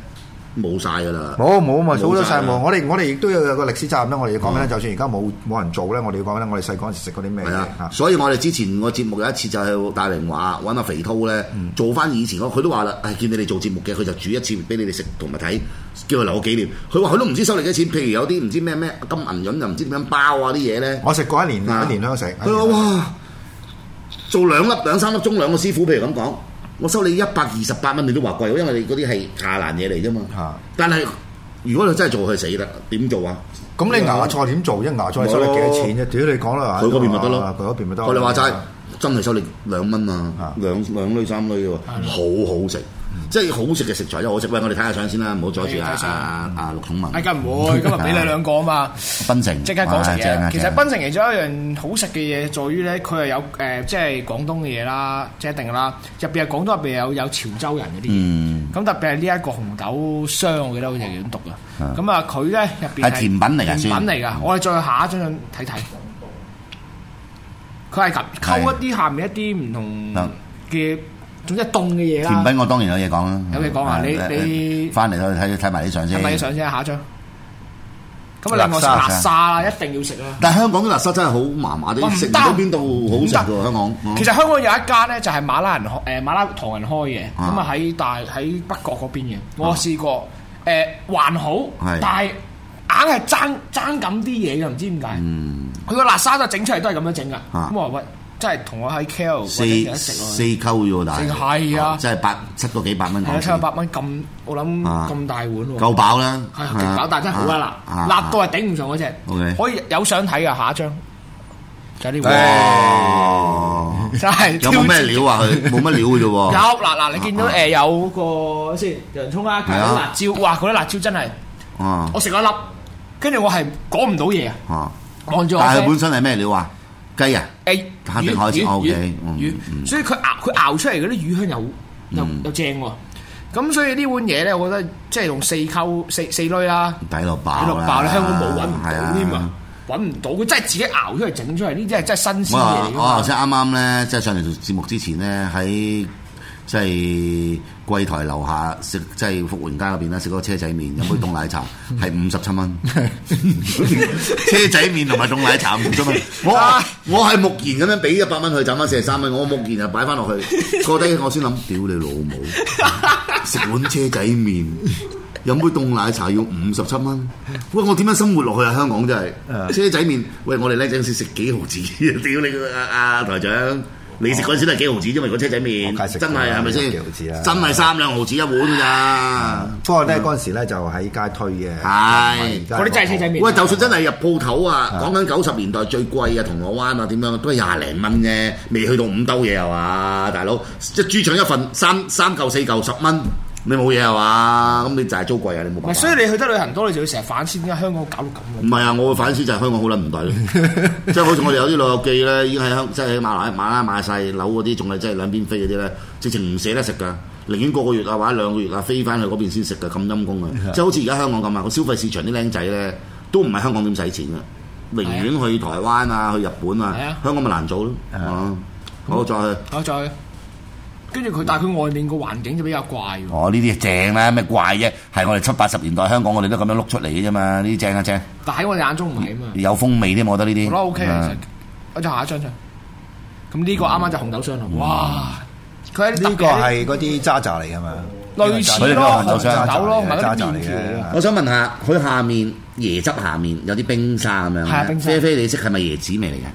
Speaker 6: 冇晒噶啦。
Speaker 7: 冇冇咪數得
Speaker 6: 晒
Speaker 7: 晒
Speaker 6: 啦
Speaker 7: 冇，我哋我哋亦都要有個歷史責任啦。我哋要講緊咧，就算而家冇冇人做咧，我哋要講緊咧我哋細個嗰陣時食過啲咩嘢
Speaker 6: 係啊
Speaker 7: 嚇，。
Speaker 6: 所以我哋之前個節目有一次就係大榮話揾阿肥滔咧，做翻以前嗰佢都話啦，唉，見你哋做節目嘅，佢就煮一次俾你哋食同埋睇，叫佢留個紀念。佢話佢都唔知收你幾錢，譬如有啲唔知咩咩金銀潤又唔知點樣包啊啲嘢咧，
Speaker 7: 我食過一年
Speaker 6: 啊
Speaker 7: 一年都有食。
Speaker 6: 佢話哇，做兩粒兩三粒鐘兩個師傅，譬如咁講，我收你一百二十八蚊，你都話貴喎，因為你嗰啲係下欄嘢嚟啫嘛。
Speaker 7: 嚇
Speaker 6: 但係如果你真係做佢死啦，點做啊？
Speaker 7: 咁你芽菜點做啫？芽菜收你幾多錢啫？屌你講啦，
Speaker 6: 佢嗰邊咪得咯
Speaker 7: 啊，佢嗰邊咪得。
Speaker 6: 我哋話齋，真係收你兩蚊
Speaker 7: 啊
Speaker 6: 啊，兩兩類三類嘅喎，好好食，即係好食嘅食材真係好食。喂，我哋睇下相先啦，唔好阻住啊
Speaker 5: 係睇相
Speaker 6: 啊啊陸寵文，
Speaker 5: 哎，梗唔 會，今日俾你兩個啊嘛，
Speaker 6: 檳城
Speaker 5: 即刻講食
Speaker 6: 啊正啊
Speaker 5: 嘢。其實
Speaker 6: 正啊
Speaker 5: 檳城其中一樣好食嘅嘢，在於咧佢係有誒，即係廣東嘅嘢啦，即係一定啦。入邊係廣東入邊有有潮州人嗰啲嘢。
Speaker 6: 嗯，
Speaker 5: 咁特別係呢一個紅豆霜，我記得好似係咁讀噶。咁啊，佢咧入邊
Speaker 6: 係甜品嚟㗎
Speaker 5: 甜
Speaker 6: 算嗯
Speaker 5: 品嚟㗎。我哋再下一張睇睇，佢係咁溝一啲下面一啲唔
Speaker 6: 得
Speaker 5: 同嘅，總之係凍嘅嘢啦。
Speaker 6: 啊甜品我當然有嘢講啦，
Speaker 5: 啊有嘢講啊你你
Speaker 6: 翻嚟我哋睇睇埋啲相
Speaker 5: 係咪
Speaker 6: 先。
Speaker 5: 上先下一張？咁啊，兩個食辣沙啦，一定要食啊啦。
Speaker 6: 但係香港啲垃圾真係好麻麻地
Speaker 5: 哇，唔
Speaker 6: 食唔
Speaker 5: 得
Speaker 6: 到邊度好食
Speaker 5: 唔
Speaker 6: 喎香港。啊
Speaker 5: 其實香港有一間咧就係馬拉人開誒馬拉唐人開嘅，咁
Speaker 6: 嗯啊
Speaker 5: 啊喺大喺北角嗰邊嘅，我試過誒還好
Speaker 6: 係，
Speaker 5: 但係硬係爭爭咁啲嘢嘅，唔知點解。
Speaker 6: 嗯
Speaker 5: 佢個辣沙就整出嚟都係咁樣整噶，
Speaker 6: 啊
Speaker 5: 咁我話喂，真係同我喺 Kell
Speaker 6: 四
Speaker 5: 食
Speaker 6: 四
Speaker 5: 食喎，
Speaker 6: 溝啫喎，但
Speaker 5: 四係啊
Speaker 6: 即係八七個幾百蚊
Speaker 5: 係啊
Speaker 6: 港
Speaker 5: 七百
Speaker 6: 紙，
Speaker 5: 八蚊咁，我諗
Speaker 6: 啊
Speaker 5: 咁大碗喎，
Speaker 6: 夠飽啦。
Speaker 5: 係啊，勁飽，但係真係好
Speaker 6: 啊
Speaker 5: 鬼辣
Speaker 6: 啊，
Speaker 5: 辣到係頂唔順嗰只
Speaker 6: OK，
Speaker 5: 可以有相睇噶下一張，有啲
Speaker 6: 哦。
Speaker 5: 真係
Speaker 6: 有冇咩料啊？ 佢冇乜料嘅啫
Speaker 5: 有
Speaker 6: 喎。
Speaker 5: 嗱嗱，你見到
Speaker 6: 啊
Speaker 5: 誒有個先洋葱啦，加
Speaker 6: 係啊
Speaker 5: 啲辣椒，哇！嗰啲辣椒真係
Speaker 6: 有啊
Speaker 5: 我食咗一粒，跟住我係講唔到嘢啊！
Speaker 6: 啊！
Speaker 5: 望住我
Speaker 6: 但係佢本
Speaker 5: friend
Speaker 6: 身係咩料啊？雞啊？
Speaker 5: 誒
Speaker 6: 肯定開始
Speaker 5: 魚魚
Speaker 6: OK，
Speaker 5: 魚
Speaker 6: 嗯嗯
Speaker 5: 魚，所以佢熬佢熬出嚟嗰啲魚香又又
Speaker 6: 嗯
Speaker 5: 又正喎。咁所以呢碗嘢咧，我覺得即係用四溝四四類啦，
Speaker 6: 抵到爆
Speaker 5: 喺度爆你香港冇揾唔
Speaker 6: 係
Speaker 5: 到添啊！！揾唔到，佢真係自己熬出嚟整出嚟，呢啲係真係新鮮
Speaker 6: 我
Speaker 5: 嘢嚟㗎
Speaker 6: 我頭
Speaker 5: 嘛。
Speaker 6: 先啱啱咧，啊哦即係上嚟做節目之前咧，喺即係櫃台樓下食，即係福源街嗰邊咧食嗰個車仔面，飲杯凍奶茶
Speaker 5: 嗯
Speaker 6: 係五十七蚊。 車仔面同埋凍奶茶五十七蚊，我我係木然咁樣俾一百蚊佢，賺翻四十三蚊，我木然就擺翻落去，過低我先諗，屌你老母，食碗車仔 面。飲杯凍奶茶要五十七蚊，喂！我點樣生活落去啊？香港真係車仔面，喂！我哋咧陣時食幾毫子， 屌你個啊啊台長！你食嗰陣時都係幾毫子啫嘛，如果車仔面
Speaker 7: 我梗係食
Speaker 6: 真係係咪先？
Speaker 7: 幾毫子啊啦
Speaker 6: 真係三兩毫子一碗㗎咋。
Speaker 7: 不過咧嗰陣時咧就喺街推嘅，啊
Speaker 6: 係
Speaker 5: 嗰啲真係車仔面。
Speaker 6: 喂，就算真係入鋪頭啊，講緊九十年代最貴啊，銅鑼灣啊，點樣都係廿零蚊啫，未去到五兜嘢係嘛，大佬即係豬腸一份三三嚿四嚿十蚊，你冇嘢係嘛？咁你就係租貴啊，你冇
Speaker 5: 唔
Speaker 6: 辦
Speaker 5: 係，
Speaker 6: 法
Speaker 5: 所以。你去得旅行多，你就要成日反思點解香港搞到咁
Speaker 6: 唔係啊！我嘅反思就係香港好撚唔抵 咯，即係好似我哋有啲老友記咧，已經喺香即係喺馬來馬拉買晒樓嗰啲，仲係即係兩邊飛嗰啲咧，直情唔捨得食㗎，寧願個個月啊或者兩個月啊飛翻去嗰邊先食㗎，咁陰公啊！即係好似而家香港咁啊，個消費市場啲僆仔咧都唔係香港點使錢啊㗎，寧願去台灣啊、去日本啊
Speaker 5: 係啊，
Speaker 6: 香港咪難做咯。啊好再去，
Speaker 5: 我啊再跟住佢，但係佢外面個環境就比較怪喎。
Speaker 6: 哦我呢啲正啦，咩怪啫？係我哋七八十年代香港，我哋都咁樣碌出嚟嘅啫嘛，呢啲正啊正，
Speaker 5: 但喺我哋眼中唔係啊嘛。
Speaker 6: 有風味添，我覺得呢啲啊
Speaker 5: 我覺得 OK
Speaker 6: 嗯
Speaker 5: 其實，我就下一張相。咁呢個啱啱就紅豆霜啦。哇！佢喺啲特
Speaker 7: 呢個
Speaker 5: 別
Speaker 7: 係嗰啲渣渣嚟㗎嘛，
Speaker 5: 類似
Speaker 6: 佢哋都
Speaker 5: 咯，
Speaker 6: 係
Speaker 5: 紅
Speaker 6: 紅
Speaker 5: 豆咯，唔係嗰
Speaker 7: 渣
Speaker 5: 啲
Speaker 7: 渣嚟
Speaker 5: 麵條嚟㗎
Speaker 7: 嘅。
Speaker 6: 我想問下，佢下面椰汁下面有啲冰沙咁樣
Speaker 5: 係啊
Speaker 6: 咧，
Speaker 5: 冰沙
Speaker 6: 啡啡你識係咪椰子味嚟嘅？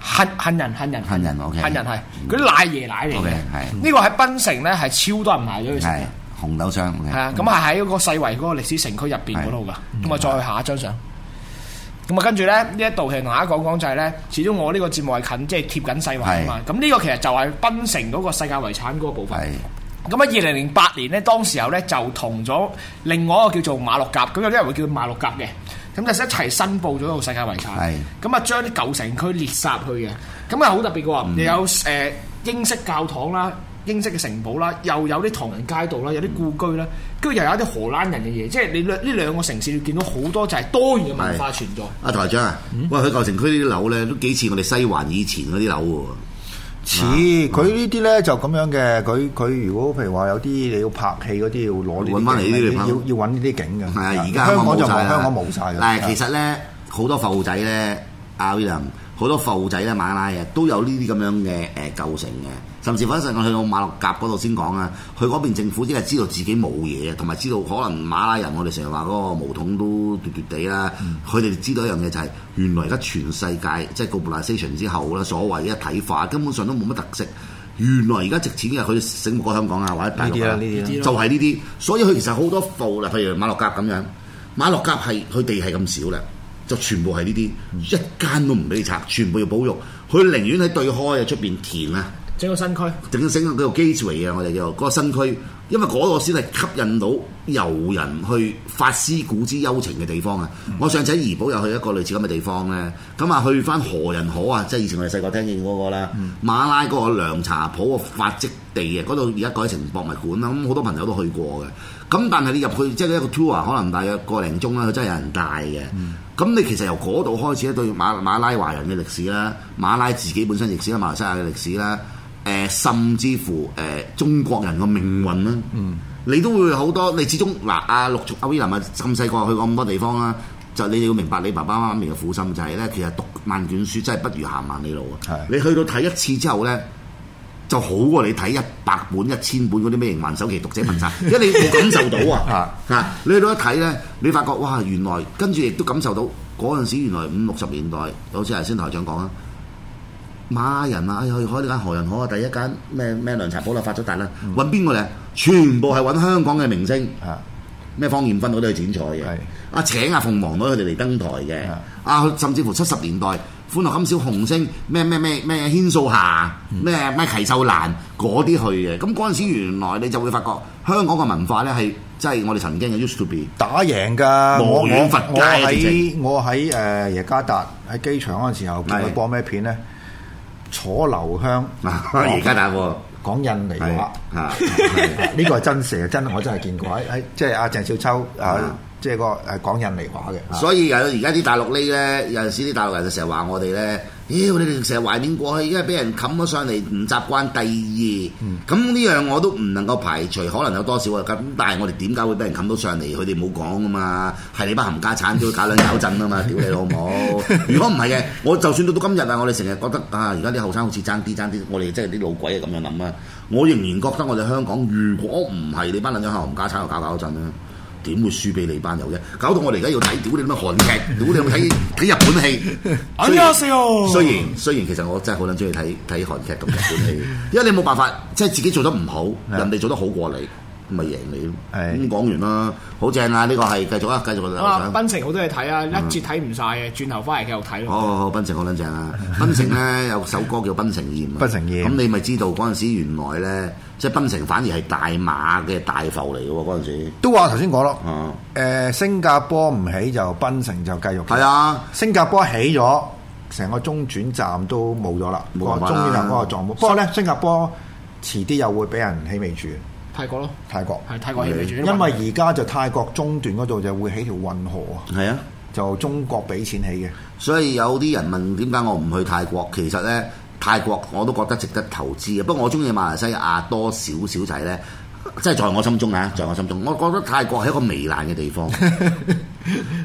Speaker 5: 杏杏仁杏仁
Speaker 6: 杏仁，OK
Speaker 5: 嗯
Speaker 6: 嗯
Speaker 5: 杏仁係嗰啲奶椰奶嚟
Speaker 6: OK，
Speaker 5: 嘅。
Speaker 6: 係
Speaker 5: 呢個喺檳城咧係超多人買咗佢食
Speaker 6: 係
Speaker 5: 嘅。
Speaker 6: 紅豆霜。OK 嗯
Speaker 5: 係啊，咁係喺嗰個世圍嗰個歷史城區入邊嗰度噶。咁啊，再去下一張相。咁啊，跟住咧呢一度其實同大家講講就係咧，始終我呢個節目係近即係貼緊世圍啊嘛。咁呢個其實就係檳城嗰個世界遺產嗰個部分。
Speaker 6: 係
Speaker 5: 咁啊，二零零八年咧，當時候咧就同咗另外一個叫做馬六甲，咁有啲人會叫馬六甲嘅，咁就一齊申報咗個世界遺產。
Speaker 6: 係
Speaker 5: 咁啊，將啲舊城區列殺去嘅，咁啊好特別嘅喎，又有誒、呃英式教堂啦、英式嘅城堡啦，又有啲唐人街道啦，有啲故居啦，跟住又有一啲荷蘭人嘅嘢，即係你兩呢兩個城市你見到好多就係多元嘅文化存在。嗯
Speaker 6: 阿台長啊，喂，佢舊城區呢啲樓咧都幾似我哋西環以前嗰啲樓喎。
Speaker 7: 似佢呢啲咧就咁樣嘅，佢佢如果譬如話有啲你要拍戲嗰啲要攞呢啲
Speaker 6: 揾返嚟呢啲
Speaker 7: 景
Speaker 6: 嚟
Speaker 7: 要
Speaker 6: 拍
Speaker 7: 要要揾呢啲景嘅。
Speaker 6: 係啊，而家
Speaker 7: 嗯香港
Speaker 6: 冇
Speaker 7: 就
Speaker 6: 晒
Speaker 7: 冇，
Speaker 6: 啦
Speaker 7: 香港冇晒嘅。
Speaker 6: 嗱，其實咧好多埠仔咧，阿 William 好多埠仔咧、馬拉嘅都有呢啲咁樣嘅誒構成嘅，甚至嗰陣我去到馬六甲嗰度先講啊，佢嗰邊政府只係知道自己冇嘢，同埋知道可能馬拉人我哋成日話嗰個毛筒都嘟嘟地啦，
Speaker 7: 嗯
Speaker 6: 佢哋、知道一樣嘢就係、原來而家全世界即係 globalisation 之後啦，所謂嘅睇法根本上都冇乜特色。原來而家值錢嘅，佢醒目過香港啊，或者大陸啊，
Speaker 7: 呢啲啦呢啲
Speaker 6: 就係呢啲。所以佢其實好多埠啦，譬如馬六甲咁樣，馬六甲係佢地係咁少啦，就全部係呢啲，一間都唔俾你拆，全部要保育。佢寧願喺對開啊出邊填啊，
Speaker 8: 整個新區。
Speaker 6: 整整個叫做 gateway 啊，我哋叫做嗰個新區，因為嗰個先係吸引到遊人去發思古之幽情嘅地方啊！我上次喺怡保又去一個類似咁嘅地方咧，咁啊去翻何人河啊，即係以前我哋細個聽見嗰個啦，馬拉嗰個涼茶鋪個發跡地啊，嗰度而家改成博物館啦，咁好多朋友都去過嘅。咁但係你入去即係一個 tour 啊可能大約個零鐘啦，佢真係有人帶嘅。咁、你其實由嗰度開始咧，對馬馬拉華人嘅歷史啦，馬拉自己本身歷史啦，馬來西亞嘅歷史啦。誒、呃甚至乎誒、呃中國人嘅命運啦，你都會好多，你始終嗱阿陸續阿 William 啊咁細個去過咁多地方啦，就你要明白你爸爸媽咪嘅苦心就係、咧，其實讀萬卷書真係不如行萬里路啊
Speaker 7: 係！
Speaker 6: 你去到睇一次之後咧。就好過你睇一百本、一千本嗰啲咩《營還首期讀者文集》，因為你冇感受到啊！嚇，你去到一睇咧，你發覺哇，原來跟住亦都感受到嗰陣時原來五六十年代，好似頭先台長講啊，馬拉人啊，哎呀，去開呢間何人可啊，第一間咩咩涼茶鋪啦，發咗達啦，揾邊個咧？全部係揾香港嘅明星。
Speaker 7: 啊
Speaker 6: 咩方豔芬嗰啲去剪彩嘅
Speaker 7: 係，
Speaker 6: 啊請阿鳳凰女佢哋嚟登台嘅
Speaker 7: 啊，
Speaker 6: 啊甚至乎七十年代歡樂今宵紅星咩咩咩咩軒素霞
Speaker 7: 嗯
Speaker 6: 咩咩祁秀蘭嗰啲去嘅，咁嗰陣時原來你就會發覺香港嘅文化咧係即係我哋曾經嘅 used to be
Speaker 7: 打贏㗎！我
Speaker 6: 無
Speaker 7: 我
Speaker 6: 遠弗屆
Speaker 7: 我
Speaker 6: 啊直
Speaker 7: 喺
Speaker 6: 情
Speaker 7: 我喺誒耶加達喺機場嗰陣時候見佢
Speaker 6: 係
Speaker 7: 播咩片咧？楚留香
Speaker 6: 啊
Speaker 7: 哦
Speaker 6: 而家打喎，
Speaker 7: 講印尼
Speaker 6: 係
Speaker 7: 話。
Speaker 6: 啊
Speaker 7: 呢個係真事啊！真係我真係見過，喺喺即係阿鄭少秋啊
Speaker 6: 啊，
Speaker 7: 即係個誒講印尼話嘅。
Speaker 6: 所以有而家啲大陸呢咧，有陣時啲大陸人就成日話我哋咧，妖你哋成日懷念過去，因為俾人冚咗上嚟唔習慣第二，咁呢、樣我都唔能夠排除，可能有多少啊咁，但係我哋點解會俾人冚到上嚟？佢哋冇講噶嘛，係你班冚家產都搞兩搞震啊嘛，屌你老母！如果唔係嘅，我就算到到今日啊，我哋成日覺得啊，而家啲後生好似爭啲爭啲，我哋即係啲老鬼啊咁樣諗啊，我仍然覺得我哋香港如果唔係你班撚咗冚家產又搞搞震啊啦。點會輸俾你班友啫？搞到我哋而家要睇屌你乜韓劇，屌你有 冇睇睇日本戲？
Speaker 8: 哎
Speaker 2: 안녕하세요
Speaker 6: 雖然雖然其實我真係好撚中意睇睇韓劇同日本 戲，因為你冇辦法，即係自己做得唔好，
Speaker 8: 啊
Speaker 6: 人哋做得好過你，咪贏你咯。
Speaker 7: 係
Speaker 6: 咁講完啦，好正啊！呢個係繼續啊，繼續
Speaker 8: 咁啊
Speaker 6: 啊，，
Speaker 8: 檳城好多嘢睇啊，一節睇唔晒嘅，轉頭翻嚟繼續睇
Speaker 6: 好
Speaker 8: 咯。
Speaker 6: 好好，檳城好撚正 啊！檳城咧有首歌叫《檳城艷》啊，
Speaker 7: 檳城艷
Speaker 6: 咁你咪知道嗰陣時原來咧，即係檳城反而係大馬嘅大埠嚟嘅喎，嗰陣時
Speaker 7: 都話頭先講咯，
Speaker 6: 啊，
Speaker 7: 誒新加坡唔起就檳城就繼續。
Speaker 6: 係，啊。
Speaker 7: 新加坡起咗，成個中轉站都冇咗啦，個
Speaker 6: 冇辦
Speaker 7: 中
Speaker 6: 法啦
Speaker 7: 轉站嗰個撞冇。不過咧，新加坡遲啲又會俾人起尾住
Speaker 8: 泰國咯，
Speaker 7: 泰國，
Speaker 8: 係泰國戲住，
Speaker 7: 因為而家就泰國中段嗰度就會起條運河啊，
Speaker 6: 係啊，
Speaker 7: 就中國俾錢起嘅。
Speaker 6: 所以有啲人問點解我唔去泰國，其實呢，泰國我都覺得值得投資嘅。不過我中意馬來西亞多少少就係呢，即係在我心中啊，在我心中，我覺得泰國係一個糜爛嘅地方。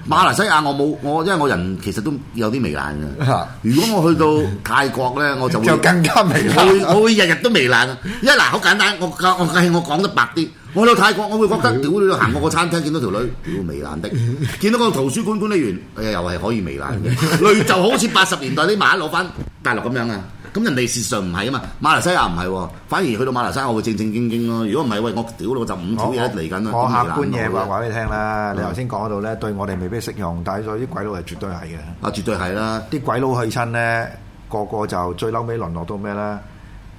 Speaker 6: 馬來西亞我冇我，因為我人其實都有啲糜爛嘅
Speaker 7: 啊。
Speaker 6: 如果我去到泰國呢，我就會
Speaker 7: 就更加糜爛
Speaker 6: 我會我會日日都糜爛啊！因為嗱，好簡單，我我我計我講得白啲，我去到泰國，我會覺得屌你行過個餐廳見到條女，屌糜爛的；見到個圖書館管理員，哎呀又係可以糜爛嘅，類就好似八十年代啲馬攞翻大陸咁樣啊！咁人哋事實上唔係啊嘛，馬來西亞唔係喎，反而去到馬來西亞我會正正經經咯。如果唔係喂，我屌我就五條嘢嚟緊啦，啊
Speaker 7: 我
Speaker 6: 咁糜爛
Speaker 7: 客觀嘢
Speaker 6: 咯
Speaker 7: 話話俾你聽啦，你頭先講嗰度咧，對我哋未必適用，但係對啲鬼佬係絕對係嘅。
Speaker 6: 啊，絕對係啦。
Speaker 7: 啲鬼佬去親咧，個個就最嬲尾淪落到咩咧？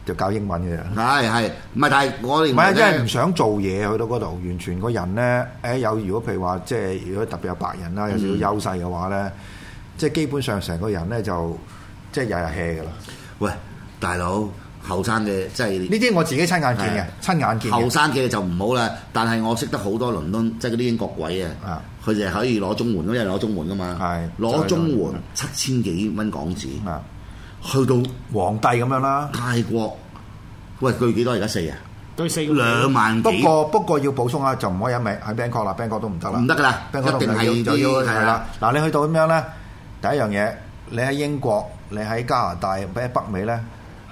Speaker 7: 就教英文嘅啫。
Speaker 6: 係係，唔係？但係我哋
Speaker 7: 唔係，因為唔想做嘢去到嗰度，完全個人咧，誒有如果譬如話，即係如果特別有白人
Speaker 6: 嗯
Speaker 7: 啦，有少少優勢嘅話咧，即係基本上成個人咧就即係日日 hea 㗎啦。
Speaker 6: 喂，大佬後生嘅即係
Speaker 7: 呢啲我自己親眼見嘅
Speaker 6: 係，
Speaker 7: 親眼見
Speaker 6: 後
Speaker 7: 嘅。
Speaker 6: 生嘅就唔好啦，但係我識得好多倫敦，即係嗰啲英國鬼
Speaker 7: 啊
Speaker 6: 啊，佢哋可以攞綜援，因為攞綜援噶嘛
Speaker 7: 係，
Speaker 6: 攞綜
Speaker 7: 就係
Speaker 6: 援七千幾蚊港紙，
Speaker 7: 啊，
Speaker 6: 去到
Speaker 7: 皇帝咁樣啦。
Speaker 6: 泰國，喂，據幾多而家四啊？
Speaker 8: 對四個
Speaker 6: 兩萬
Speaker 7: 不
Speaker 6: 幾，
Speaker 7: 過不過要補充啊，就唔可以喺美喺 Bangkok 啦，Bangkok 都唔得啦，
Speaker 6: 唔得㗎啦
Speaker 7: ，Bangkok
Speaker 6: 一定係
Speaker 7: 就要
Speaker 6: 啲
Speaker 7: 係
Speaker 6: 係
Speaker 7: 啦
Speaker 6: 啦。
Speaker 7: 嗱，你去到咁樣咧，第一樣嘢，你喺英國，你喺加拿大，喺北美咧。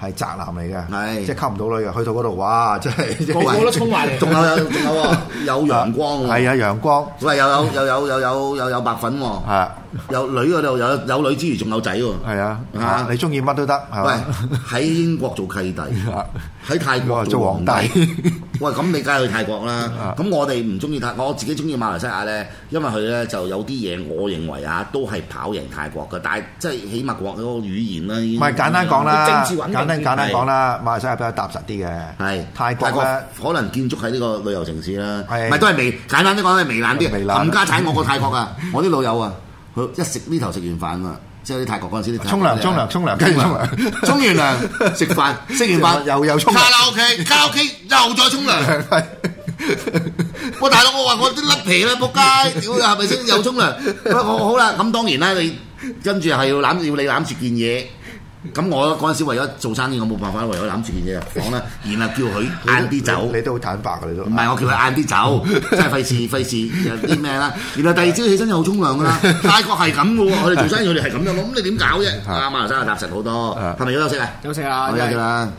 Speaker 7: 係宅男嚟嘅，
Speaker 6: 係
Speaker 7: 即係溝唔到女嘅。去到嗰度，哇！真係
Speaker 8: 個個都衝埋嚟
Speaker 6: 仲有有仲有喎，
Speaker 7: Ờ,
Speaker 6: 有陽光喎，
Speaker 7: 係啊，陽光
Speaker 6: 喂，有有有有有有有有白粉喎，
Speaker 7: 係啊
Speaker 6: 有女嗰度有有女之餘仲有仔喎，
Speaker 7: 係啊
Speaker 6: 啊
Speaker 7: 啊，你中意乜都得，係
Speaker 6: 喂
Speaker 7: 嘛？，啊
Speaker 6: 喺英國做 契弟，喺泰國做皇
Speaker 7: 哇做
Speaker 6: 帝
Speaker 7: 皇。
Speaker 6: 喂，咁你梗係去泰國
Speaker 7: 啊
Speaker 6: 啦。咁我哋唔中意泰，我自己中意馬來西亞咧，因為佢咧就有啲嘢，我認為啊，都係跑贏泰國嘅。但係即係起碼國嗰個語言啦，已經
Speaker 7: 唔係簡單講啦，
Speaker 8: 政治穩定
Speaker 7: 簡單
Speaker 8: 啲
Speaker 7: 簡單
Speaker 6: 係
Speaker 7: 講啦，馬來西亞比較踏實啲嘅，
Speaker 6: 係
Speaker 7: 泰 國咧。
Speaker 6: 可能建築喺呢個旅遊城市啦，
Speaker 7: 係啊
Speaker 6: 唔係都係微簡單啲講係微冷啲，
Speaker 7: 微冷
Speaker 6: 冚家產我過泰國啊！我啲老友啊，佢一食呢頭食完飯啊，即係啲泰國嗰陣時啲
Speaker 7: 沖涼沖涼沖涼跟住沖涼
Speaker 6: 沖完 涼食飯，食完飯
Speaker 7: 又又沖涼
Speaker 6: 卡拉 OK 卡拉 OK 又再沖 涼。喂，大佬，我話我啲甩皮啦，仆街，屌係咪先又沖涼？喂， 我好啦，咁當然啦，你跟住係要攬要你攬住件嘢。咁我嗰陣時為咗做生意，我冇辦法為咗攬住件嘢入房啦，然後叫佢晏啲走
Speaker 7: 你。你都好坦白嘅，你都
Speaker 6: 唔係我叫佢晏啲走，真係費事費事有啲咩啦。原來第二朝起身就好沖涼噶啦，泰國係咁嘅喎，我哋做生意佢哋係咁樣咯。咁你點搞啫？
Speaker 7: 係
Speaker 6: 啊，馬來西亞踏實好多，係咪要休息啊？
Speaker 8: 休息啦
Speaker 6: 好休息啦。